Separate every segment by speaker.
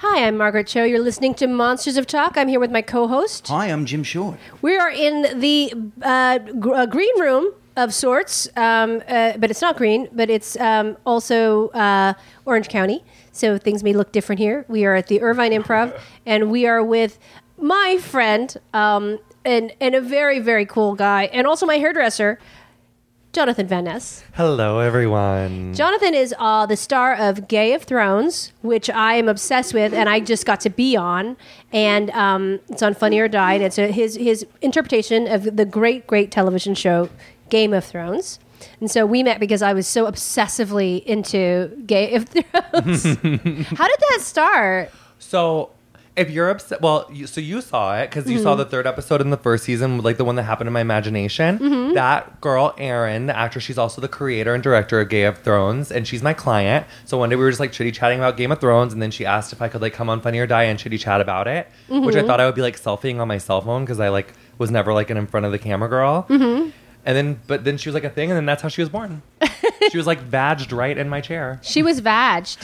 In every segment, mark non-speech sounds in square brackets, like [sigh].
Speaker 1: Hi, I'm Margaret Cho. You're listening to Monsters of Talk. I'm here with my co host.
Speaker 2: Hi, I'm Jim Short.
Speaker 1: We are in the uh, gr- uh, green room of sorts, um, uh, but it's not green, but it's um, also uh, Orange County. So things may look different here. We are at the Irvine Improv, and we are with my friend um, and, and a very, very cool guy, and also my hairdresser, Jonathan Van Ness.
Speaker 3: Hello, everyone.
Speaker 1: Jonathan is uh, the star of Gay of Thrones, which I am obsessed with, and I just got to be on, and um, it's on Funny or Die, and it's a, his his interpretation of the great great television show Game of Thrones. And so we met because I was so obsessively into Gay of [laughs] Thrones. How did that start?
Speaker 3: So, if you're upset, well, you, so you saw it because you saw the third episode in the first season, like the one that happened in my imagination. That girl, Erin, the actress, she's also the creator and director of Game of Thrones, and she's my client. So one day we were just like chitty chatting about Game of Thrones, and then she asked if I could like come on Funny or Die and chitty chat about it, which I thought I would be like selfieing on my cell phone because I like was never like an in front of the camera girl. And then, but then she was like a thing, and then that's how she was [laughs] born. she was like vaged right in my chair.
Speaker 1: She was vagged.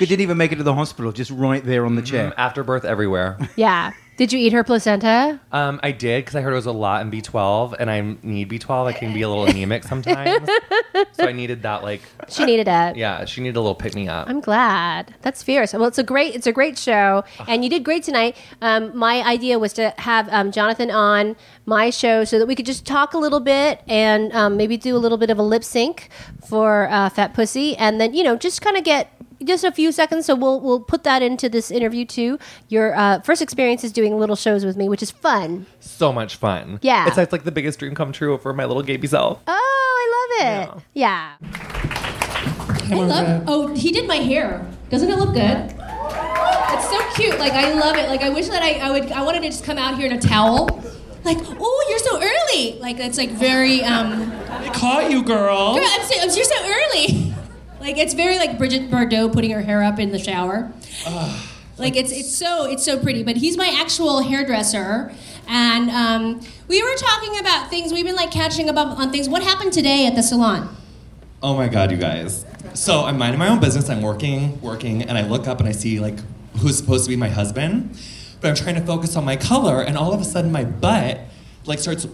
Speaker 2: You didn't even make it to the hospital, just right there on the chair.
Speaker 3: After birth everywhere.
Speaker 1: Yeah. Did you eat her placenta?
Speaker 3: Um, I did because I heard it was a lot in B12, and I need B12. I can be a little anemic sometimes, so I needed that. Like,
Speaker 1: She needed it.
Speaker 3: yeah, she needed a little pick me up.
Speaker 1: I'm glad. That's fierce. Well, it's a great it's a great show, and you did great tonight. Um, my idea was to have um, Jonathan on my show so that we could just talk a little bit and um, maybe do a little bit of a lip sync for uh, Fat Pussy, and then you know just kind of get just a few seconds. So we'll we'll put that into this interview too. Your uh, first experience is doing little shows with me, which is fun.
Speaker 3: So much fun.
Speaker 1: Yeah.
Speaker 3: it's, it's like the biggest dream come true for my little gay self.
Speaker 1: Oh, I love it. Yeah.
Speaker 4: I love. Oh, he did my hair. Doesn't it look good? It's so cute. Like I love it. Like I wish that I, I would. I wanted to just come out here in a towel. Like, oh, you're so early. Like it's like very. Um,
Speaker 5: Caught you, girl.
Speaker 4: girl, I'm so, I'm- you're so early. [laughs] Like it's very like Bridget Bardot putting her hair up in the shower. like it's it's so it's so pretty. But he's my actual hairdresser, and um, we were talking about things. We've been like catching up on on things. What happened today at the salon?
Speaker 5: Oh my god, you guys. So I'm minding my own business. I'm working, working, and I look up and I see like who's supposed to be my husband, but I'm trying to focus on my color, and all of a sudden my butt like starts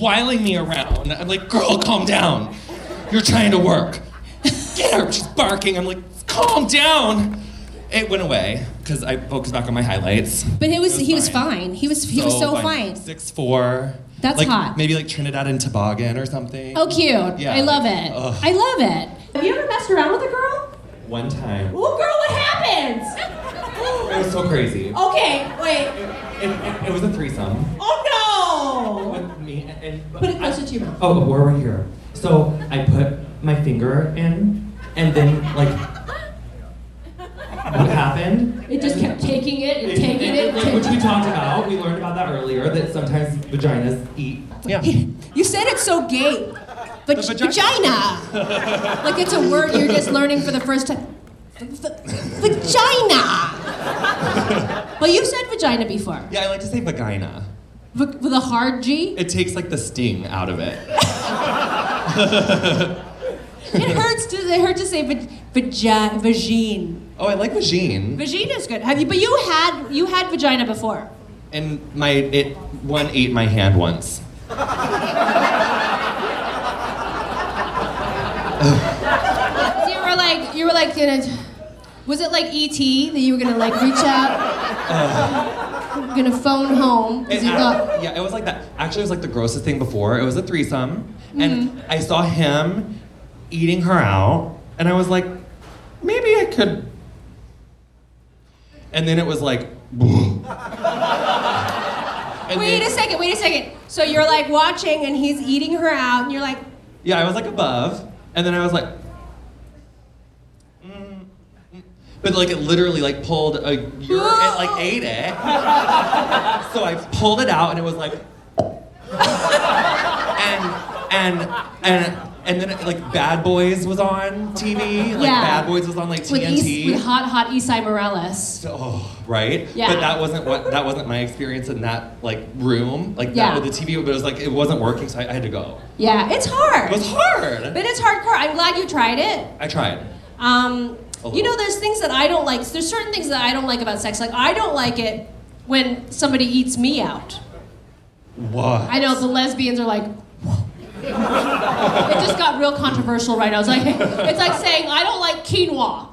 Speaker 5: whiling me around. I'm like, girl, calm down. You're trying to work. [laughs] Get her. She's barking. I'm like, calm down. It went away because I focused back on my highlights.
Speaker 4: But it was,
Speaker 5: It was
Speaker 4: he was
Speaker 5: fine.
Speaker 4: fine. He was he was so fine.
Speaker 5: Six four.
Speaker 4: That's
Speaker 5: like,
Speaker 4: hot.
Speaker 5: Maybe like Trinidad and Tobago or something.
Speaker 4: Oh, cute.
Speaker 5: Yeah,
Speaker 4: I love
Speaker 5: like,
Speaker 4: it.
Speaker 5: ugh.
Speaker 4: I love it. Have you ever messed around with a girl?
Speaker 5: One time.
Speaker 4: Well, girl, what happens?
Speaker 5: It [laughs] was so crazy.
Speaker 4: okay, wait.
Speaker 5: It, it, it was a threesome.
Speaker 4: Oh,
Speaker 5: With me and.
Speaker 4: no! Put it closer to your mouth.
Speaker 5: Oh, we're right here. So I put my finger in, and then like. What happened?
Speaker 4: It just kept taking it and taking it.
Speaker 5: like, which we talked about. We learned about that earlier. That sometimes vaginas eat. Yeah.
Speaker 4: You said it's so gay. But
Speaker 5: vagina.
Speaker 4: vagina.
Speaker 5: [laughs]
Speaker 4: like it's a word you're just learning for the first time. V- v-
Speaker 5: [laughs]
Speaker 4: Vagina. well, you said vagina before.
Speaker 5: Yeah, I like to say vagina.
Speaker 4: V- with a hard G.
Speaker 5: It takes like the sting out of it.
Speaker 4: It hurts to it hurts to say vag- vagi- vagine.
Speaker 5: Oh, I like vagine.
Speaker 4: Vagina's good. Have you? But you had you had vagina before.
Speaker 5: And my it one ate my hand once.
Speaker 4: So you were like you were like gonna. Was it like ET that you were gonna like reach out, gonna phone home? 'cause
Speaker 5: It
Speaker 4: you
Speaker 5: act-
Speaker 4: thought-
Speaker 5: yeah, it was like that. Actually, it was like the grossest thing before. It was a threesome, and
Speaker 4: Mm-hmm.
Speaker 5: I saw him eating her out, and I was like, maybe I could. And then it was like. [laughs] and
Speaker 4: wait
Speaker 5: then-
Speaker 4: a second. Wait a second. So you're like watching and he's eating her out, and you're like,
Speaker 5: Yeah, I was like above, and then I was like, mm, mm. but like it literally like pulled a year, it like ate it. so I pulled it out, and it was like, and and and and then like Bad Boys was on TV, like
Speaker 4: Yeah.
Speaker 5: Bad Boys was on like
Speaker 4: with,
Speaker 5: TNT.
Speaker 4: East, with hot hot E Isai Morales.
Speaker 5: Oh, right.
Speaker 4: Yeah.
Speaker 5: But that wasn't what that wasn't my experience in that like room, like
Speaker 4: Yeah.
Speaker 5: that with the TV. But it was like it wasn't working, so I, I had to go.
Speaker 4: Yeah, it's hard.
Speaker 5: It was hard.
Speaker 4: But it's hardcore. I'm glad you tried it.
Speaker 5: I tried.
Speaker 4: Um,
Speaker 5: A
Speaker 4: You know,
Speaker 5: little.
Speaker 4: there's things that I don't like. There's certain things that I don't like about sex. Like I don't like it when somebody eats me out.
Speaker 5: What?
Speaker 4: I know the lesbians are like. it just got real controversial right now. It's like [laughs] it's like saying I don't like quinoa.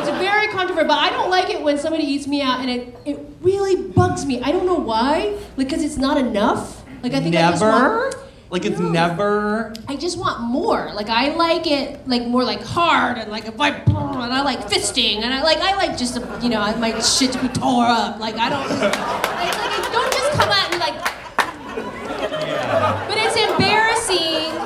Speaker 4: it's very controversial, but I don't like it when somebody eats me out, and it it really bugs me. I don't know why, because it's not enough. Like I think I just
Speaker 5: never?
Speaker 4: want-
Speaker 5: like it's
Speaker 4: No.
Speaker 5: never.
Speaker 4: I just want more. Like I like it like more like hard and like if I and I like fisting and I like I like just to, you know I my shit to be tore up. Like I don't I, like it don't just come at me like. But it's embarrassing.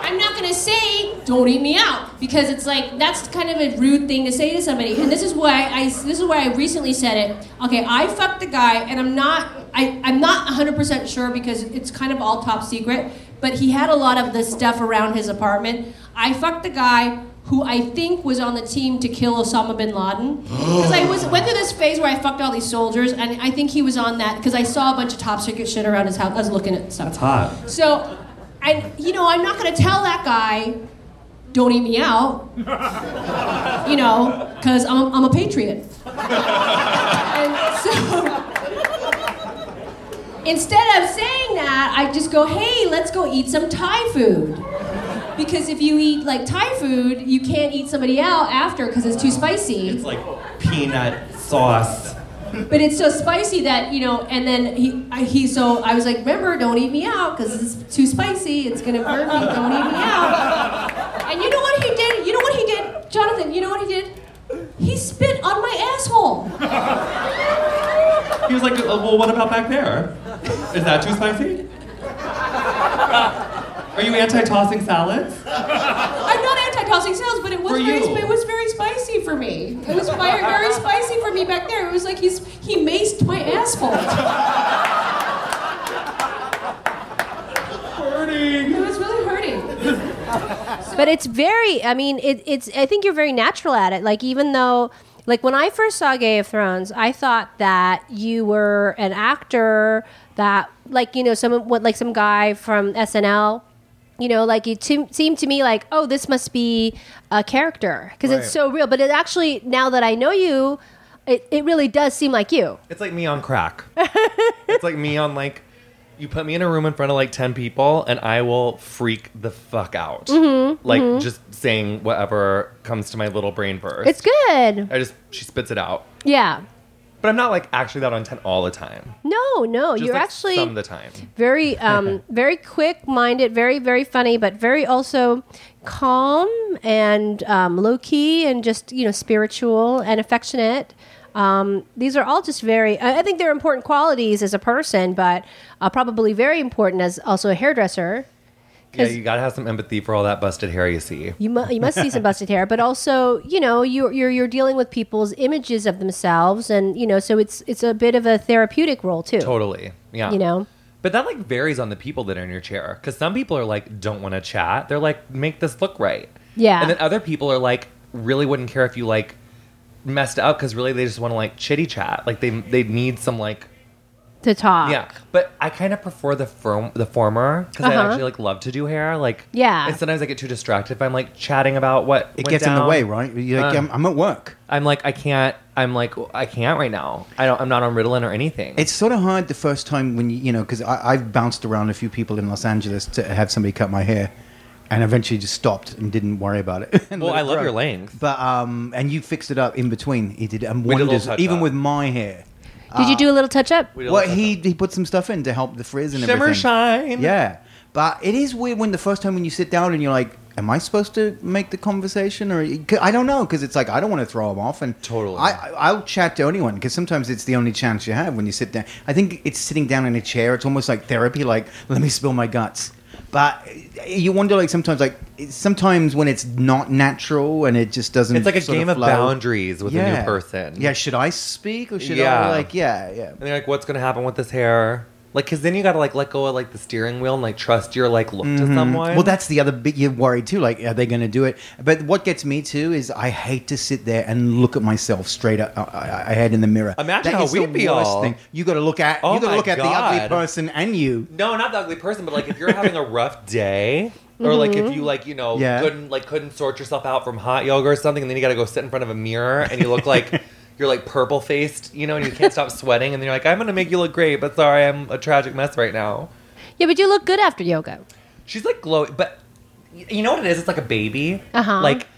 Speaker 4: I'm not gonna say don't eat me out because it's like that's kind of a rude thing to say to somebody. And this is why I this is why I recently said it. Okay, I fucked the guy, and I'm not I I'm not 100 percent sure because it's kind of all top secret. But he had a lot of the stuff around his apartment. I fucked the guy who I think was on the team to kill Osama bin Laden. Because I was went through this phase where I fucked all these soldiers, and I think he was on that because I saw a bunch of top secret shit around his house. I was looking at stuff.
Speaker 5: That's hot.
Speaker 4: So, and you know, I'm not going to tell that guy, don't eat me out, you know, because I'm, I'm a patriot. and so, instead of saying that, I just go, hey, let's go eat some Thai food. Because if you eat like Thai food, you can't eat somebody out after because it's too spicy.
Speaker 5: It's like peanut sauce.
Speaker 4: But it's so spicy that you know. And then he I, he so I was like, remember, don't eat me out because it's too spicy. It's gonna burn me. Don't eat me out. And you know what he did? You know what he did, Jonathan? You know what he did? He spit on my asshole.
Speaker 5: He was like, "Oh, well, what about back there? Is that too spicy? Are you anti-tossing salads?
Speaker 4: I'm not anti-tossing salads, but it was
Speaker 5: For
Speaker 4: very
Speaker 5: you.
Speaker 4: sp- it was very spicy for me. It was very, very spicy for me back there. It was like he's he maced my asshole.
Speaker 5: Burning.
Speaker 4: It was really hurting.
Speaker 1: But it's very. I mean, it, it's. I think you're very natural at it. Like even though, like when I first saw Game of Thrones, I thought that you were an actor that, like you know, some what like some guy from SNL. You know, like it to, seemed to me like, oh, this must be a character because
Speaker 3: Right.
Speaker 1: it's so real. But it actually, now that I know you, it, it really does seem like you.
Speaker 3: It's like me on crack. [laughs] it's like me on like you put me in a room in front of like 10 people and I will freak the fuck out.
Speaker 1: Mm-hmm,
Speaker 3: Like just saying whatever comes to my little brain first.
Speaker 1: It's good.
Speaker 3: I just she spits it out.
Speaker 1: Yeah.
Speaker 3: But I'm not like actually that on 10 all the time.
Speaker 1: No, no,
Speaker 3: Just
Speaker 1: you're
Speaker 3: like
Speaker 1: actually
Speaker 3: some of the time.
Speaker 1: very
Speaker 3: [laughs]
Speaker 1: um very quick minded very very funny but very also calm and um, low key and just you know spiritual and affectionate um, these are all just very I, I think they're important qualities as a person but uh, probably very important as also a hairdresser
Speaker 3: Yeah,
Speaker 1: 'Cause-
Speaker 3: you gotta have some empathy for all that busted hair you see.
Speaker 1: you, mu- you must see some busted hair, but also you know you're, you're you're dealing with people's images of themselves, and you know so it's it's a bit of a therapeutic role too.
Speaker 3: Totally. Yeah.
Speaker 1: You know?
Speaker 3: But that like varies on the people that are in your chair. Cause some people are like, don't want to chat. They're like, make this look right.
Speaker 1: Yeah.
Speaker 3: And then other people are like, really wouldn't care if you like messed up because really they just want to like chitty chat. Like they they need some like
Speaker 1: To talk,
Speaker 3: yeah. But I kind of prefer the firm the former because I
Speaker 1: Uh-huh.
Speaker 3: actually like love to do hair. Like
Speaker 1: Yeah.
Speaker 3: And sometimes I get too distracted if I'm like chatting about what
Speaker 2: It
Speaker 3: went
Speaker 2: gets in the
Speaker 3: down.
Speaker 2: way, right? You're like,
Speaker 3: Um,
Speaker 2: I'm, I'm at work.
Speaker 3: I'm like I can't. I'm like I can't right now. I don't. I'm not on Ritalin or anything.
Speaker 2: It's sort of hard the first time when you, you know, because I've bounced around a few people in Los Angeles to have somebody cut my hair, and eventually just stopped and didn't worry about it. [laughs] And
Speaker 3: well,
Speaker 2: let
Speaker 3: I
Speaker 2: it
Speaker 3: love
Speaker 2: grow.
Speaker 3: your length.
Speaker 2: But um, and you fixed it up in between. He did and
Speaker 3: We did a little
Speaker 2: wonders,
Speaker 3: touch
Speaker 2: even
Speaker 3: up.
Speaker 2: with my hair.
Speaker 1: Did you do a little touch up?
Speaker 3: We did a
Speaker 2: Well,
Speaker 3: little-
Speaker 2: he he put some stuff in to help the frizz and
Speaker 3: Shimmer
Speaker 2: everything.
Speaker 3: shine.
Speaker 2: Yeah, but it is weird when the first time when you sit down and you're like, "Am I supposed to make the conversation?" Or 'cause I don't know because it's like I don't want to throw him off, and
Speaker 3: Totally.
Speaker 2: I I- I'll chat to anyone because sometimes it's the only chance you have when you sit down. I think it's sitting down in a chair. It's almost like therapy. Like let me spill my guts. But eh, you wonder, like sometimes, like it's- sometimes when it's not natural and it just doesn't.
Speaker 3: It's like a
Speaker 2: Mm, sort
Speaker 3: game of
Speaker 2: flow.
Speaker 3: boundaries with a
Speaker 2: Yeah.
Speaker 3: new person.
Speaker 2: Yeah, should I speak or should
Speaker 3: Yeah.
Speaker 2: I like? Yeah, yeah.
Speaker 3: And they're like, what's gonna happen with this hair? Like, cause then you gotta like let go of like the steering wheel and like trust your like look to someone.
Speaker 2: Mm-hmm. Mm, Well, that's the other bit you're worried too. Like, are they going to do it? But what gets me too is I hate to sit there and look at myself straight up, I, I head in the mirror.
Speaker 3: Imagine
Speaker 2: That
Speaker 3: how
Speaker 2: is the
Speaker 3: we'd be
Speaker 2: worst
Speaker 3: all.
Speaker 2: Thing. You got to look at.
Speaker 3: Oh
Speaker 2: you got
Speaker 3: my
Speaker 2: to look at the
Speaker 3: God.
Speaker 2: ugly person and you.
Speaker 3: no, not the ugly person, but like if you're having a rough day Or like if you like you know
Speaker 2: Yeah.
Speaker 3: couldn't like couldn't sort yourself out from hot yoga or something, and then you got to go sit in front of a mirror and you look
Speaker 2: [laughs]
Speaker 3: like you're like purple faced, you know, and you can't stop sweating, and then you're like, I'm gonna make you look great, but sorry, I'm a tragic mess right now.
Speaker 1: Yeah, but you look good after yoga.
Speaker 3: She's like glow, but y- you know what it is? It's like a baby.
Speaker 1: Uh-huh.
Speaker 3: Like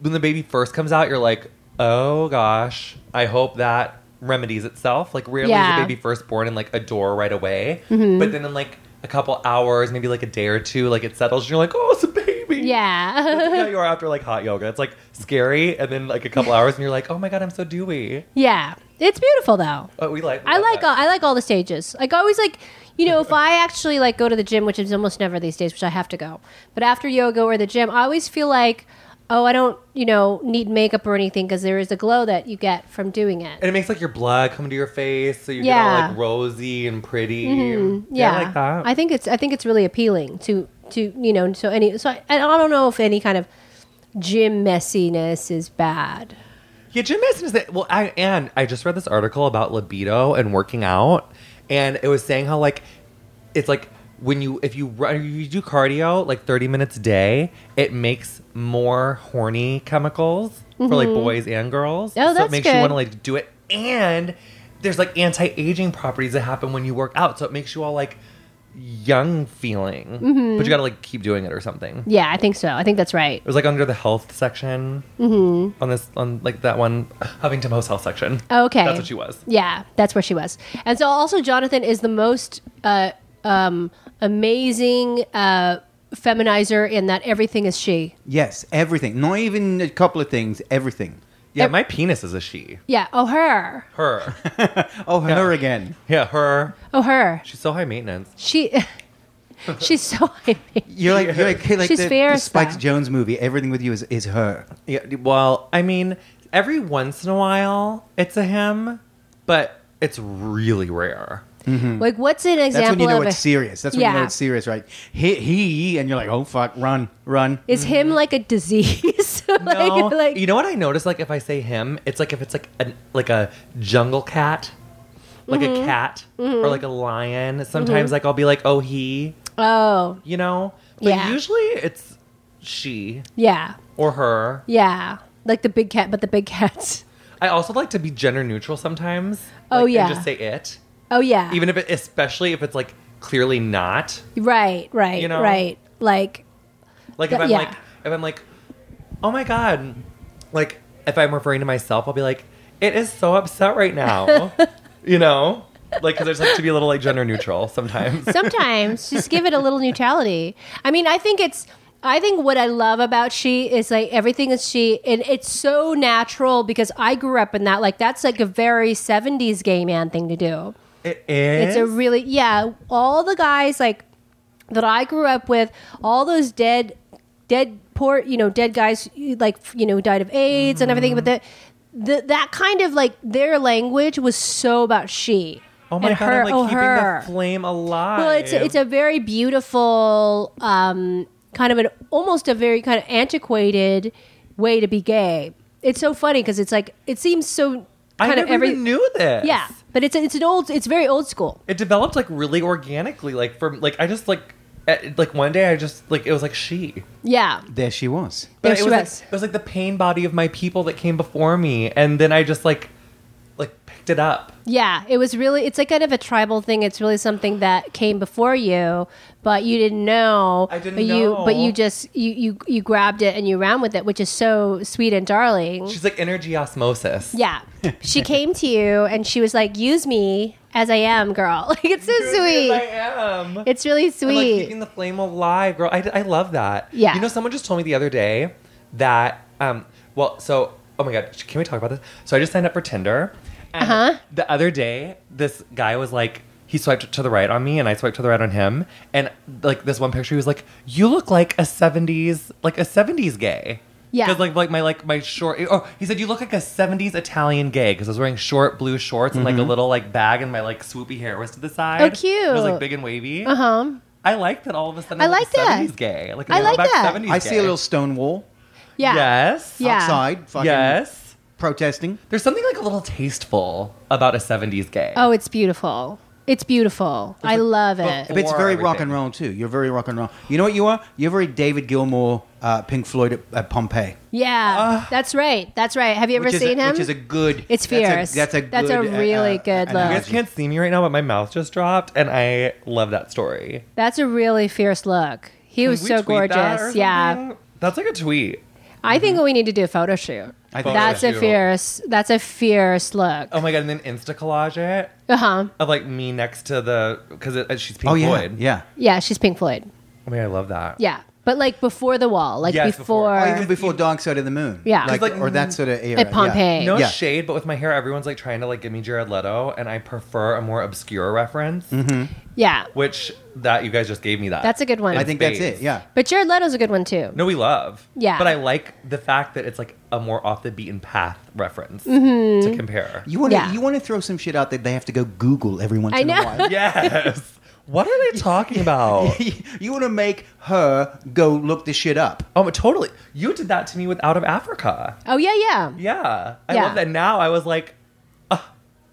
Speaker 3: when the baby first comes out, you're like, oh gosh, I hope that remedies itself. Like rarely is
Speaker 1: Yeah. Mm-hmm.
Speaker 3: a baby first born in like a door right away, but then in like a couple hours, maybe like a day or two, like it settles. And you're like, oh, it's a baby. That's how
Speaker 1: Yeah. [laughs]
Speaker 3: you are after [laughs] like hot yoga. It's like scary, and then like a couple hours, and you're like, oh my god, I'm so dewy.
Speaker 1: yeah. It's beautiful though.
Speaker 3: But we like. we
Speaker 1: I
Speaker 3: love
Speaker 1: like
Speaker 3: that.
Speaker 1: all, I like all the stages. Like I always like you know if I actually like go to the gym, which is almost never these days, which I have to go. But after yoga or the gym, I always feel like oh I don't you know need makeup or anything because there is a glow that you get from doing it.
Speaker 3: And it makes like your blood come to your face, so you get all
Speaker 1: Yeah. Mm-hmm.
Speaker 3: like rosy and pretty.
Speaker 1: yeah,
Speaker 3: I like that.
Speaker 1: I think it's I think it's really appealing to to you know so any so I, I don't know if any kind of gym messiness is bad.
Speaker 3: Yeah, Jim Mason is that. Well, I, and I just read this article about libido and working out, and it was saying how like it's like when you if you run you do cardio like thirty minutes a day, it makes more horny chemicals for like boys and girls.
Speaker 1: Mm-hmm. Oh,
Speaker 3: so
Speaker 1: that's
Speaker 3: it makes you want
Speaker 1: good.
Speaker 3: to like do it, and there's like anti aging properties that happen when you work out, so it makes you all like young feeling,
Speaker 1: Mm-hmm.
Speaker 3: but you gotta like keep doing it or something.
Speaker 1: Yeah, I think so. I think that's right.
Speaker 3: It was like under the health section
Speaker 1: Mm-hmm.
Speaker 3: on this on like that one Huffington Post health section.
Speaker 1: Oh, Okay.
Speaker 3: that's what she was.
Speaker 1: Yeah, that's where she was. And so also Jonathan is the most uh, um, amazing uh, feminizer in that everything is she.
Speaker 2: Yes, everything. Not even a couple of things. Everything.
Speaker 3: Yeah,
Speaker 1: Yep.
Speaker 3: my penis is a she.
Speaker 1: Yeah, oh her.
Speaker 3: Her.
Speaker 2: Oh, her again.
Speaker 3: yeah, her.
Speaker 1: Oh her.
Speaker 3: She's so high maintenance.
Speaker 1: She [laughs] she's so [laughs] high.
Speaker 2: You're like you're like, like
Speaker 1: She's
Speaker 2: the, the
Speaker 1: fierce,
Speaker 2: Spike
Speaker 1: though.
Speaker 2: Jones movie. Everything with you is, is her.
Speaker 3: Yeah. Well, I mean, every once in a while it's a him, but it's really rare. Hmm.
Speaker 1: Like what's an example
Speaker 2: That's when you know
Speaker 1: of
Speaker 2: it's
Speaker 1: a-
Speaker 2: serious. That's when you know
Speaker 1: Yeah.
Speaker 2: it's serious, right? He, he and you're like, oh fuck, run, run.
Speaker 1: Is him like a disease? [laughs] [laughs] like,
Speaker 3: Mm-hmm. No,
Speaker 1: like
Speaker 3: you know what I notice? Like if I say him, it's like if it's like an like a jungle cat, like
Speaker 1: Mm-hmm.
Speaker 3: a cat or like a lion. Sometimes like I'll be like, oh he,
Speaker 1: oh
Speaker 3: you know. But
Speaker 1: Yeah.
Speaker 3: usually it's she.
Speaker 1: yeah
Speaker 3: or her.
Speaker 1: yeah like the big cat but the big cats
Speaker 3: I also like to be gender neutral sometimes.
Speaker 1: Oh,
Speaker 3: Like, and
Speaker 1: yeah.
Speaker 3: just say it,
Speaker 1: oh yeah
Speaker 3: even if it, especially if it's like clearly not.
Speaker 1: right right
Speaker 3: You know?
Speaker 1: right like
Speaker 3: Like if
Speaker 1: Th-
Speaker 3: I'm
Speaker 1: yeah.
Speaker 3: like if I'm like, oh my god, like if I'm referring to myself, I'll be like, it is so upset right
Speaker 1: [laughs]
Speaker 3: now, you know. Like, because I just like to be a little like gender neutral
Speaker 1: [laughs]
Speaker 3: sometimes.
Speaker 1: sometimes just give it a little neutrality i mean i think it's i think what i love about she is like everything is she and it's so natural because i grew up in that like that's like a very 70s gay man thing to do
Speaker 3: It is.
Speaker 1: it's a really yeah all the guys like that i grew up with all those dead dead poor you know dead guys like you know died of aids and everything but the,
Speaker 3: Mm-hmm.
Speaker 1: the that kind of like their language was so about she
Speaker 3: oh my
Speaker 1: and
Speaker 3: god,
Speaker 1: her
Speaker 3: I'm like
Speaker 1: oh
Speaker 3: keeping
Speaker 1: her
Speaker 3: the flame alive.
Speaker 1: well, it's a, it's a very beautiful, um, kind of an almost a very kind of antiquated way to be gay. It's so funny because it's like it seems so
Speaker 3: I
Speaker 1: kind of
Speaker 3: never
Speaker 1: every
Speaker 3: even knew this.
Speaker 1: yeah, but it's it's an old it's very old school.
Speaker 3: it developed like really organically like from like i just like at, like one day i just like it was like she
Speaker 1: Yeah,
Speaker 2: There she was.
Speaker 1: There
Speaker 3: it
Speaker 1: she
Speaker 3: was like,
Speaker 1: was.
Speaker 3: it was like the pain body of my people that came before me and then i just like like picked it up
Speaker 1: yeah. It was really it's like kind of a tribal thing. It's really something that came before you, but you didn't know.
Speaker 3: I didn't
Speaker 1: but you,
Speaker 3: know.
Speaker 1: But you just you you you grabbed it and you ran with it, which is so sweet and darling.
Speaker 3: she's like energy osmosis
Speaker 1: Yeah.
Speaker 3: [laughs]
Speaker 1: She came to you and she was like, use me as I am, girl. [laughs] Like, it's so
Speaker 3: i
Speaker 1: sweet.
Speaker 3: am
Speaker 1: It's really
Speaker 3: And, like
Speaker 1: sweet.
Speaker 3: keeping the flame alive, girl. I, I love that.
Speaker 1: Yeah.
Speaker 3: You know, someone just told me the other day that um, well, so oh my god, can we talk about this? So I just signed up for Tinder. And
Speaker 1: Uh-huh.
Speaker 3: The other day, this guy was like, he swiped to the right on me, and I swiped to the right on him, and like this one picture, he was like, "You look like a '70s, like a '70s gay."
Speaker 1: Yeah.
Speaker 3: Because like like my like my short. Oh, he said you look like a '70s Italian gay because I was wearing short blue shorts and like a little like bag, and my like swoopy hair was to the side. It was like
Speaker 1: Mm-hmm. Oh, cute.
Speaker 3: big and wavy.
Speaker 1: Uh huh.
Speaker 3: I like that all of a sudden.
Speaker 1: I
Speaker 3: I'm like
Speaker 1: like that.
Speaker 3: 70s gay. Like a
Speaker 1: I like
Speaker 3: throwback
Speaker 1: that.
Speaker 3: 70s
Speaker 2: I see
Speaker 3: gay.
Speaker 2: a little stone wall
Speaker 1: Yeah.
Speaker 3: Yes.
Speaker 1: Yeah.
Speaker 2: outside. Fucking
Speaker 3: Yes.
Speaker 2: Protesting.
Speaker 3: There's something like a little tasteful about a 70s gay.
Speaker 1: Oh, it's beautiful. It's beautiful. I love it.
Speaker 2: But it's very
Speaker 3: Or
Speaker 2: rock and
Speaker 3: everything.
Speaker 2: roll too. You're very rock and roll. You know what you are? You're very David Gilmour, uh, Pink Floyd at, at Pompeii.
Speaker 3: Uh,
Speaker 1: Yeah, that's right. That's right. Have you ever
Speaker 2: which is
Speaker 1: seen
Speaker 2: a,
Speaker 1: him?
Speaker 2: Which is a good.
Speaker 1: It's fierce.
Speaker 2: That's a,
Speaker 1: That's
Speaker 2: that's
Speaker 1: a
Speaker 2: a good, uh,
Speaker 1: really good
Speaker 2: analogy.
Speaker 3: You
Speaker 1: look.
Speaker 3: guys can't see me right now, but my mouth just dropped, and I love that story.
Speaker 1: that's a really fierce look. He was
Speaker 3: Can we
Speaker 1: so
Speaker 3: tweet
Speaker 1: gorgeous.
Speaker 3: that or
Speaker 1: Yeah,
Speaker 3: something? That's like a tweet.
Speaker 1: I think we need to do a photo shoot.
Speaker 2: I think
Speaker 1: That's
Speaker 2: so.
Speaker 1: a
Speaker 3: shoot.
Speaker 1: fierce. That's a fierce look.
Speaker 3: Oh my god, and then Insta collage it
Speaker 1: Uh huh.
Speaker 3: of like me next to the because it, uh, she's Pink
Speaker 2: Oh yeah,
Speaker 3: Floyd. Oh
Speaker 2: yeah.
Speaker 1: Yeah, she's Pink Floyd.
Speaker 3: I mean, I love that.
Speaker 1: Yeah, but like before the wall, like
Speaker 3: Yes,
Speaker 1: before.
Speaker 3: before.
Speaker 2: Or Oh, even before Dark Side of the Moon.
Speaker 1: Yeah.
Speaker 2: like,
Speaker 3: Like,
Speaker 2: or that sort of era.
Speaker 1: At Pompeii.
Speaker 3: No
Speaker 2: Yeah.
Speaker 3: shade, but with my hair, everyone's like trying to like give me Jared Leto, and I prefer a more obscure reference.
Speaker 1: yeah,
Speaker 3: Which that you guys just gave me that.
Speaker 1: that's a good one.
Speaker 2: Yeah. I think that's it. Yeah.
Speaker 1: But Jared Leto's a good one too.
Speaker 3: No, we love.
Speaker 1: Yeah.
Speaker 3: But I like the fact that it's like a more off the beaten path reference
Speaker 1: Mm-hmm.
Speaker 3: to compare.
Speaker 2: You want to
Speaker 1: Yeah.
Speaker 2: you want to throw some shit out that they have to go Google every once
Speaker 1: I
Speaker 2: in
Speaker 1: know.
Speaker 2: a while. [laughs]
Speaker 3: yes. [laughs] What are they talking about?
Speaker 2: you want to make her go look the shit up.
Speaker 3: Oh, but totally. You did that to me with Out of Africa.
Speaker 1: [laughs] Oh yeah, yeah.
Speaker 3: Yeah. I
Speaker 1: Yeah.
Speaker 3: love that. Now I was like,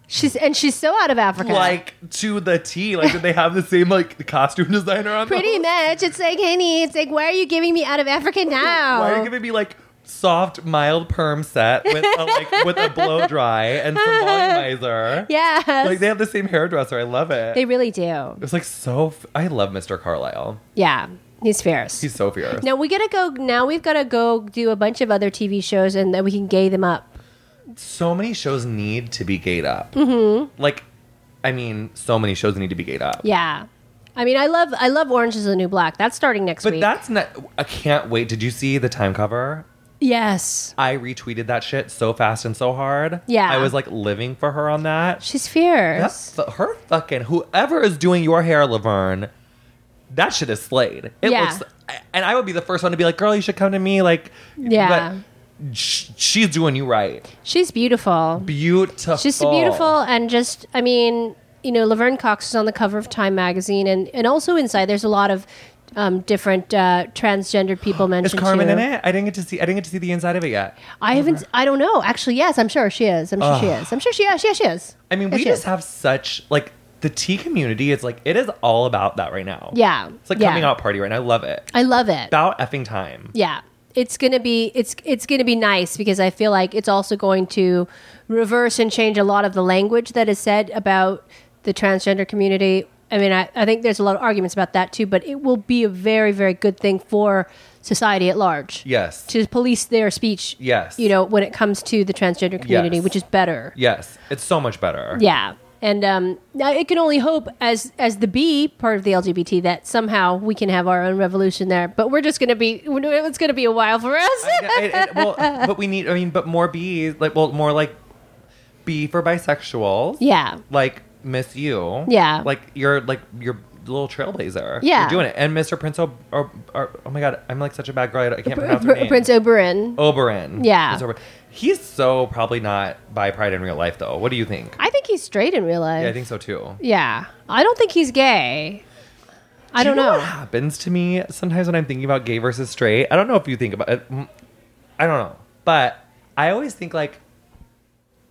Speaker 1: She's and she's so out of Africa.
Speaker 3: like to the T. Like, did they have the same like costume designer on?
Speaker 1: pretty
Speaker 3: those?
Speaker 1: much. It's like, honey, it's like, why are you giving me out of Africa now?
Speaker 3: [laughs] Why are you giving me like soft, mild perm set with a, like with a blow dry and some volumizer?
Speaker 1: [laughs] [laughs] Yes.
Speaker 3: Like they
Speaker 1: they,
Speaker 3: have the same hairdresser. I love it.
Speaker 1: really do.
Speaker 3: It's like so. F- I love Mr. Carlisle.
Speaker 1: Yeah. He's fierce.
Speaker 3: He's so fierce.
Speaker 1: now we gotta go now we've gotta go do a bunch of other TV shows and then we can gay them up.
Speaker 3: So many shows need to be gayed up. Mm-hmm. Like, I mean, so many shows need to be gayed up.
Speaker 1: Yeah. I mean I love I love Orange is the New Black. That's starting next
Speaker 3: But
Speaker 1: week.
Speaker 3: that's not. I can't wait. Did you see the time cover?
Speaker 1: yes.
Speaker 3: I retweeted that shit so fast and so hard.
Speaker 1: Yeah.
Speaker 3: I was like living for her on that.
Speaker 1: She's fierce.
Speaker 3: That's fu- her fucking whoever is doing your hair, Laverne. That shit is slayed. It
Speaker 1: Yeah.
Speaker 3: looks, and I would be the first one to be like, "Girl, you should come to me." Like,
Speaker 1: Yeah.
Speaker 3: but sh- she's doing you right.
Speaker 1: She's beautiful.
Speaker 3: Beautiful.
Speaker 1: She's so beautiful and just I mean, you know, Laverne Cox is on the cover of Time magazine and, and also inside there's a lot of um, different uh, transgendered people
Speaker 3: Is
Speaker 1: mentioned.
Speaker 3: Carmen
Speaker 1: too.
Speaker 3: in it? I didn't get to see. I didn't get to see the inside of it yet.
Speaker 1: I haven't. I don't know. Actually, yes, I'm sure she is. I'm sure she is. I'm sure she is. Yeah, she is.
Speaker 3: I mean,
Speaker 1: Yeah,
Speaker 3: we
Speaker 1: she
Speaker 3: just
Speaker 1: is.
Speaker 3: have such like the tea community. It's like it is all about that right now.
Speaker 1: Yeah.
Speaker 3: it's like
Speaker 1: Yeah.
Speaker 3: coming out party right now. I love it.
Speaker 1: I love it.
Speaker 3: About effing time.
Speaker 1: Yeah, it's gonna be. It's it's gonna be nice because I feel like it's also going to reverse and change a lot of the language that is said about the transgender community. I mean, I, I think there's a lot of arguments about that too, but it will be a very very good thing for society at large.
Speaker 3: Yes.
Speaker 1: To police their speech.
Speaker 3: Yes.
Speaker 1: You know, when it comes to the transgender community,
Speaker 3: Yes.
Speaker 1: which is better.
Speaker 3: Yes, it's so much better.
Speaker 1: Yeah. And um, now it can only hope as as the B part of the LGBT that somehow we can have our own revolution there. But we're just gonna be it's gonna be a while for us.
Speaker 3: Yeah, it- it- well, but we need. I mean, but more B's, like, well, more like B for bisexuals.
Speaker 1: yeah.
Speaker 3: Like Miss You.
Speaker 1: Yeah.
Speaker 3: Like you're like you're a little trailblazer.
Speaker 1: Yeah.
Speaker 3: You're doing it. And Mr. Prince. O- or, or, oh my God, I'm like such a bad girl. I don't- I can't pronounce her name. Oh.
Speaker 1: Prince Oberyn.
Speaker 3: Oberyn.
Speaker 1: Yeah.
Speaker 3: Prince Oberyn. He's so probably not bi pride in real life though. What do you think?
Speaker 1: I think he's straight in real life.
Speaker 3: yeah, I think so too.
Speaker 1: Yeah. I don't think he's gay. I
Speaker 3: Do you
Speaker 1: don't know.
Speaker 3: What happens to me sometimes when I'm thinking about gay versus straight. I don't know if you think about it. Mm, I don't know, but I always think like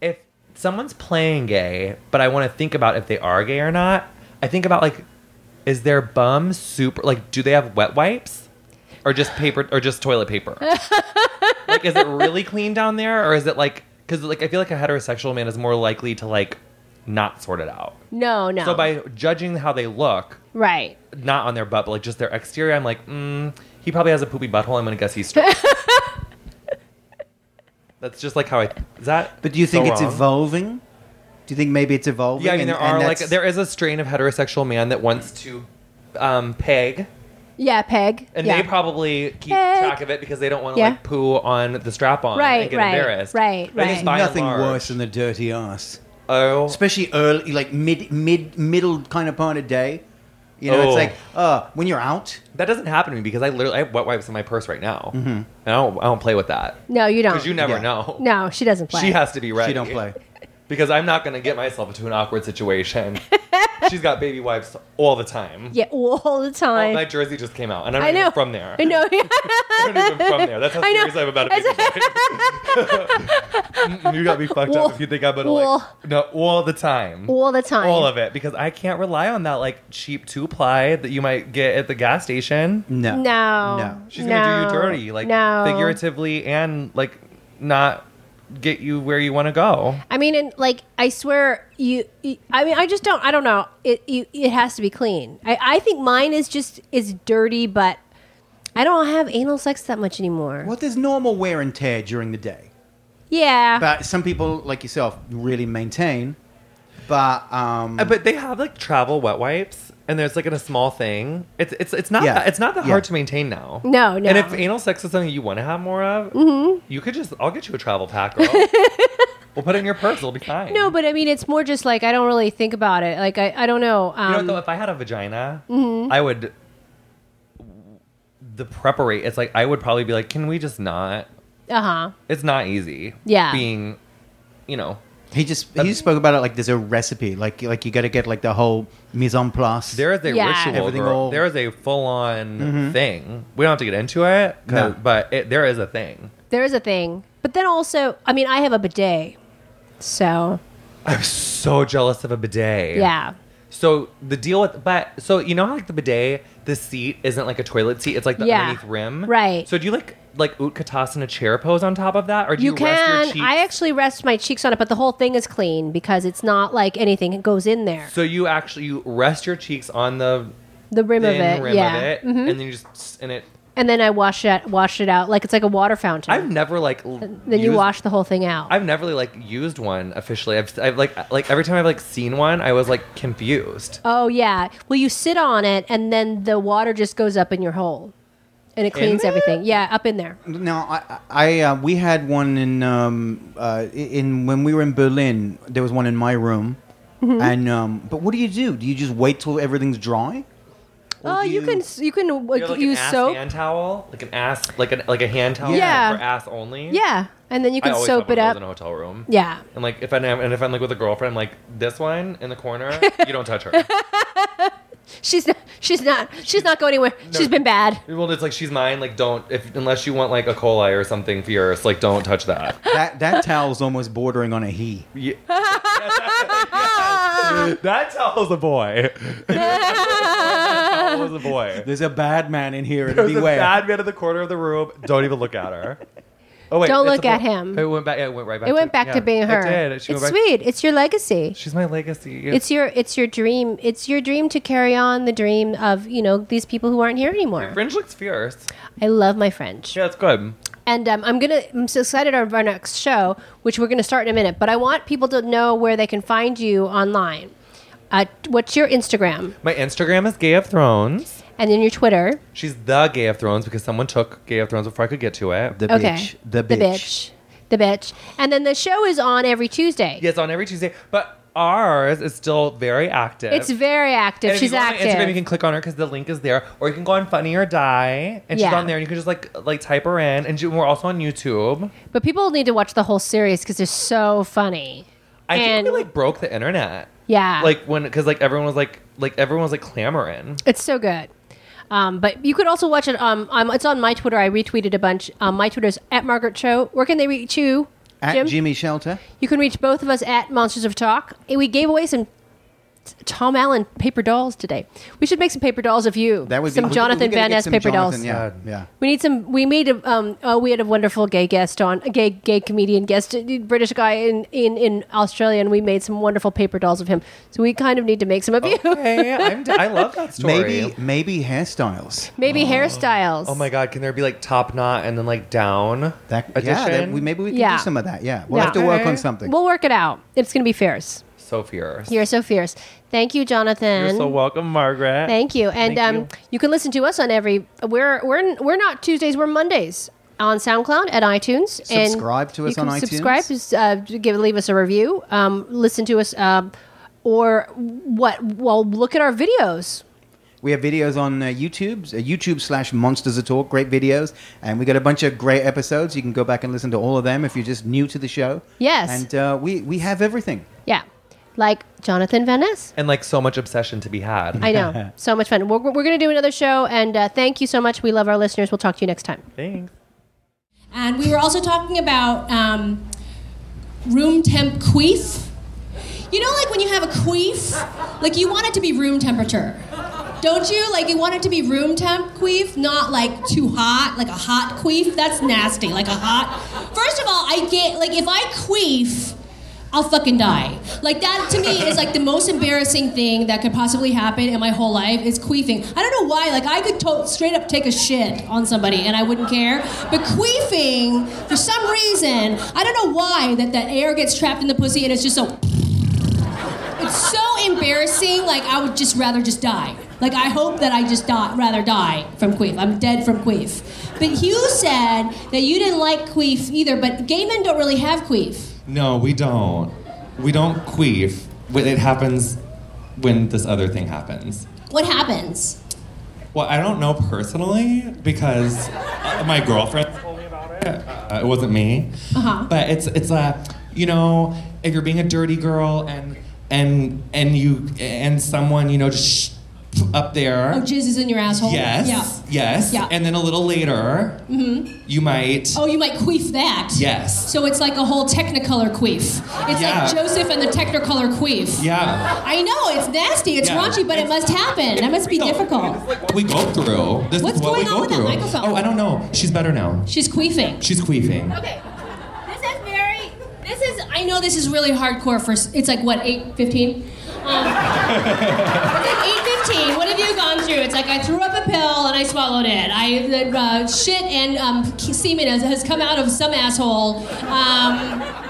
Speaker 3: if someone's playing gay, but I want to think about if they are gay or not. I think about like, is their bum super? Like, do they have wet wipes? Or just paper, or just toilet
Speaker 1: [laughs]
Speaker 3: paper. like, is it really clean down there, or is it like? Because like, I feel like a heterosexual man is more likely to like not sort it out.
Speaker 1: No, no.
Speaker 3: So by judging how they look,
Speaker 1: right.
Speaker 3: not on their butt, but like just their exterior. I'm like, mm, he probably has a poopy butthole. I'm gonna guess
Speaker 1: [laughs]
Speaker 3: he's straight. That's just like how I. Is that?
Speaker 2: But do you think
Speaker 3: so
Speaker 2: it's
Speaker 3: wrong?
Speaker 2: evolving? Do you think maybe it's evolving?
Speaker 3: Yeah, I mean,
Speaker 2: and-
Speaker 3: there
Speaker 2: and
Speaker 3: are like
Speaker 2: that's-
Speaker 3: there is a strain of heterosexual man that wants to um, peg,
Speaker 1: Yeah, Peg.
Speaker 3: and
Speaker 1: yeah.
Speaker 3: they probably keep
Speaker 1: Peg.
Speaker 3: track of it because they don't want to
Speaker 1: Yeah.
Speaker 3: like poo on the strap on
Speaker 1: Right,
Speaker 3: and get
Speaker 1: right,
Speaker 3: embarrassed.
Speaker 1: right,
Speaker 3: I think
Speaker 1: right.
Speaker 3: by and
Speaker 2: nothing
Speaker 3: large-
Speaker 2: worse than the dirty ass,
Speaker 3: oh
Speaker 2: especially early, like mid, mid, middle kind of part of day. You know,
Speaker 3: Oh.
Speaker 2: it's like uh, when you're out.
Speaker 3: that doesn't happen to me because I literally I have wet wipes in my purse right now, and I don't I don't play with that
Speaker 1: no, you don't.
Speaker 3: because you never
Speaker 2: Mm-hmm. Yeah.
Speaker 3: know.
Speaker 1: no, she doesn't play.
Speaker 3: she has to be ready.
Speaker 2: She don't play.
Speaker 3: because I'm not going to get myself into an awkward situation She's got baby wipes all the time.
Speaker 1: Yeah, all the
Speaker 3: Oh,
Speaker 1: time.
Speaker 3: my jersey just came out, and I'm
Speaker 1: I
Speaker 3: not
Speaker 1: know.
Speaker 3: even from there.
Speaker 1: [laughs] I know.
Speaker 3: I'm not even from there. That's [laughs] how
Speaker 1: I know.
Speaker 3: serious I'm about it. [laughs] you got me fucked
Speaker 1: Wool.
Speaker 3: up if you think I'm gonna
Speaker 1: Wool.
Speaker 3: like no all the time.
Speaker 1: all the time.
Speaker 3: All of it because I can't rely on that like cheap two ply that you might get at the gas station.
Speaker 2: No.
Speaker 1: No.
Speaker 2: No.
Speaker 3: She's gonna do
Speaker 1: No.
Speaker 3: you dirty, like
Speaker 1: no.
Speaker 3: figuratively and like [laughs] not get you where you want to go.
Speaker 1: I mean, and like I swear, you, you. I mean, I just don't. I don't know. It you, it has to be clean. I, I think mine is just is dirty, but I don't have anal sex that much anymore.
Speaker 2: Well, there's normal wear and tear during the day.
Speaker 1: Yeah.
Speaker 2: But some people, like yourself, really maintain. But um,
Speaker 3: Uh, But they have like travel wet wipes, and there's like in a small thing. It's it's it's not
Speaker 2: Yeah.
Speaker 3: that, it's not that
Speaker 2: Yeah.
Speaker 3: hard to maintain now.
Speaker 1: No, Mm-hmm. no.
Speaker 3: And if anal sex is something you want to have more of, you could just I'll get you a travel pack, girl. we'll put it in your purse. It'll be fine.
Speaker 1: no, but I mean, it's more just like I don't really think about it. Like I, I don't know.
Speaker 3: you know
Speaker 1: Um,
Speaker 3: what, though, if I had a vagina,
Speaker 1: Mm-hmm.
Speaker 3: I would the preparate. It's like I would probably be like, can we just not?
Speaker 1: uh huh.
Speaker 3: It's not easy.
Speaker 1: Yeah.
Speaker 3: Being, you know,
Speaker 2: he just he just spoke about it like there's a recipe, like like you got to get like the whole mise en place.
Speaker 3: There is a
Speaker 1: Yeah.
Speaker 3: ritual.
Speaker 2: Everything
Speaker 3: girl.
Speaker 2: all-
Speaker 3: There is a full on thing. We don't have to get into it, 'cause-
Speaker 2: No.
Speaker 3: but it, there is a thing.
Speaker 1: There is a thing, but then also, I mean, I have a bidet, so
Speaker 3: I'm so jealous of a bidet.
Speaker 1: yeah.
Speaker 3: So the deal with, but so you know how like the bidet, the seat isn't like a toilet seat. It's like the
Speaker 1: Yeah.
Speaker 3: underneath rim.
Speaker 1: Right.
Speaker 3: So do you like like utkatas in a chair pose on top of that, or do you,
Speaker 1: You can.
Speaker 3: Rest your
Speaker 1: I
Speaker 3: cheeks?
Speaker 1: actually rest my cheeks on it, but the whole thing is clean because it's not like anything goes in there.
Speaker 3: so you actually you rest your cheeks on the
Speaker 1: the rim of
Speaker 3: thin
Speaker 1: it,
Speaker 3: rim
Speaker 1: yeah.
Speaker 3: of it,
Speaker 1: Mhm.
Speaker 3: and then you just and it.
Speaker 1: And then I wash it, wash it out like it's like a water fountain.
Speaker 3: I've never like
Speaker 1: then you
Speaker 3: used-
Speaker 1: wash the whole thing out.
Speaker 3: I've never like used one officially. I've, I've like like every time I've like seen one, I was like confused.
Speaker 1: oh yeah. Well, you sit on it, and then the water just goes up in your hole, and it cleans
Speaker 3: there?
Speaker 1: everything. Yeah, up in there.
Speaker 2: No, I, I uh, we had one in um, uh, in when we were in Berlin. There was one in my room,
Speaker 1: Mm-hmm.
Speaker 2: and um, but what do you do? Do you just wait till everything's dry? Or
Speaker 1: oh,
Speaker 2: do
Speaker 1: you, can you can
Speaker 3: You
Speaker 1: like,
Speaker 3: have, like,
Speaker 1: use
Speaker 3: an ass
Speaker 1: soap.
Speaker 3: hand towel, like an ass, like an like a hand towel
Speaker 1: Yeah.
Speaker 3: for ass only.
Speaker 1: Yeah, and then you
Speaker 3: I
Speaker 1: can
Speaker 3: always
Speaker 1: soap it
Speaker 3: have one of those
Speaker 1: up.
Speaker 3: in a hotel room.
Speaker 1: Yeah.
Speaker 3: and like if I am and if I'm like with a girlfriend, I'm like this one in the [laughs] corner, you don't touch her.
Speaker 1: She's not. She's not. She's not going anywhere. She's been bad. [laughs]
Speaker 3: well, it's like she's mine. Like don't if unless you want like a coli or something fierce, like don't touch [laughs] that.
Speaker 2: [laughs] That that towel's almost bordering on a he.
Speaker 3: Yeah. [laughs] that towel's a boy. that towel's a boy.
Speaker 1: [laughs]
Speaker 2: There's a bad man in here, and
Speaker 3: There's a
Speaker 2: beware.
Speaker 3: bad man in the corner of the room. Don't even look at her. Oh wait,
Speaker 1: Don't
Speaker 3: it's
Speaker 1: look
Speaker 3: a
Speaker 1: at
Speaker 3: boy.
Speaker 1: him.
Speaker 3: It went back. It went right back.
Speaker 1: It went back
Speaker 3: yeah,
Speaker 1: to being her.
Speaker 3: It did. She
Speaker 1: It's
Speaker 3: went back-
Speaker 1: sweet. It's your legacy.
Speaker 3: She's my legacy.
Speaker 1: it's your it's your dream. It's your dream to carry on the dream of you know these people who aren't here anymore.
Speaker 3: Fringe looks fierce.
Speaker 1: I love my French,
Speaker 3: Yeah, it's good.
Speaker 1: and um, I'm gonna I'm so excited of our next show, which we're gonna start in a minute. But I want people to know where they can find you online. Uh, what's your Instagram
Speaker 3: My Instagram is Gay of Thrones.
Speaker 1: and then your Twitter?
Speaker 3: She's the Gay of Thrones because someone took Gay of Thrones before I could get to it.
Speaker 2: The
Speaker 1: Okay,
Speaker 2: bitch. The bitch.
Speaker 1: the bitch, the bitch, and then the show is on every Tuesday.
Speaker 3: yes, on every Tuesday, but ours is still very active.
Speaker 1: It's very active.
Speaker 3: And if
Speaker 1: She's
Speaker 3: you go
Speaker 1: active.
Speaker 3: On my Instagram, you can click on her because the link is there, or you can go on Funny or Die, and she's
Speaker 1: Yeah.
Speaker 3: on there, and you can just like like type her in. And she, we're also on YouTube.
Speaker 1: But people need to watch the whole series because they're so funny.
Speaker 3: I
Speaker 1: and
Speaker 3: think we like broke the internet.
Speaker 1: yeah,
Speaker 3: like when because like everyone was like like everyone was like
Speaker 1: [laughs]
Speaker 3: clamoring
Speaker 1: it's so good. Um, but you could also watch it. Um, um, it's on my Twitter. I retweeted a bunch. Um, my Twitter's at Margaret Cho. Where can they reach you,
Speaker 2: At
Speaker 1: Jim?
Speaker 2: Jimmy Shelter.
Speaker 1: You can reach both of us at Monsters of Talk. And We gave away some t- Tom Allen paper dolls today. We should make some paper dolls of you.
Speaker 2: That would
Speaker 1: some
Speaker 2: be
Speaker 1: Jonathan Van Ness paper dolls.
Speaker 2: Yeah,
Speaker 3: God.
Speaker 2: yeah.
Speaker 1: We need some. We made a. Um, oh, we had a wonderful gay guest on, a gay gay comedian guest, a British guy in, in in Australia, and we made some wonderful paper dolls of him. So we kind of need to make some of
Speaker 3: Oh.
Speaker 1: you. [laughs]
Speaker 3: okay I'm d- i love that story
Speaker 2: Maybe maybe hairstyles.
Speaker 1: Maybe hairstyles.
Speaker 3: oh my god can there be like top knot and then like down
Speaker 2: That yeah.
Speaker 3: edition
Speaker 2: That we maybe we can
Speaker 1: Yeah.
Speaker 2: do some of that. Yeah, we'll
Speaker 1: Yeah.
Speaker 2: have to work on
Speaker 3: Okay.
Speaker 2: something.
Speaker 1: We'll work it out. It's gonna be fierce.
Speaker 3: so fierce
Speaker 1: You're so fierce. Thank you, Jonathan.
Speaker 3: You're so welcome margaret
Speaker 1: Thank you. And um,
Speaker 3: Thank
Speaker 1: you.
Speaker 3: you.
Speaker 1: can listen to us on every. We're we're we're not Tuesdays. We're Mondays on SoundCloud at iTunes. And
Speaker 2: Subscribe to us
Speaker 1: you can
Speaker 2: on iTunes.
Speaker 1: Subscribe. Just uh, give leave us a review. Um, listen to us. Um, or what? Well, look at our videos.
Speaker 2: We have videos on uh, YouTube, uh, YouTube slash Monsters of Talk. Great videos, and we got a bunch of great episodes. You can go back and listen to all of them if you're just new to the show.
Speaker 1: Yes.
Speaker 2: and uh, we we have everything.
Speaker 1: Yeah. like Jonathan Van Ness.
Speaker 3: and like so much obsession to be had.
Speaker 1: I
Speaker 2: [laughs]
Speaker 1: know. so much fun. We're, we're going to do another show, and uh, thank you so much. We love our listeners. We'll talk to you next time.
Speaker 3: Thanks.
Speaker 4: And we were also talking about um, room temp queef. You know, like when you have a queef, like you want it to be room temperature. Don't you? Like you want it to be room temp queef, not like too hot, like a hot queef. That's nasty, like a hot. First of all, I get, like, if I queef, I'll fucking die. Like that to me is like the most embarrassing thing that could possibly happen in my whole life is queefing. I don't know why. Like I could to- straight up take a shit on somebody and I wouldn't care, but queefing for some reason I don't know why that that air gets trapped in the pussy and it's just so. It's so embarrassing. Like I would just rather just die. Like I hope that I just die, rather die from queef. I'm dead from queef. But Hugh said that you didn't like queef either. But gay men don't really have queef.
Speaker 5: No, we don't. We don't queef. When It happens when this other thing happens.
Speaker 4: What happens?
Speaker 5: Well, I don't know personally because uh, my girlfriend told me about it. Uh, it wasn't me.
Speaker 4: Uh-huh.
Speaker 5: But it's it's a you know if you're being a dirty girl and and and you and someone you know just sh- up there.
Speaker 4: Oh, jizz is in your asshole.
Speaker 5: yes.
Speaker 4: Yeah.
Speaker 5: Yes.
Speaker 4: Yeah.
Speaker 5: And then a little later, you might.
Speaker 4: Oh, you might queef that.
Speaker 5: Yes.
Speaker 4: So it's like a whole Technicolor queef. It's
Speaker 5: Yeah.
Speaker 4: like Joseph and the Technicolor queef.
Speaker 5: Yeah.
Speaker 4: I know it's nasty. It's
Speaker 5: Yeah.
Speaker 4: raunchy, but it
Speaker 5: It's-
Speaker 4: must happen. That must be
Speaker 5: real.
Speaker 4: difficult.
Speaker 5: What we go through. This
Speaker 4: What's
Speaker 5: is what we
Speaker 4: going on
Speaker 5: go
Speaker 4: with that
Speaker 5: through.
Speaker 4: microphone?
Speaker 5: Oh, I don't know. She's better now.
Speaker 4: She's queefing.
Speaker 5: She's queefing.
Speaker 4: Okay. This is very. This is. I know this is really hardcore for. s- It's like what eight fifteen. Um, eight fifteen. What have you gone through? It's like I threw up a pill and I swallowed it. I the uh, shit and um, k- semen has, has come out of some asshole. Um,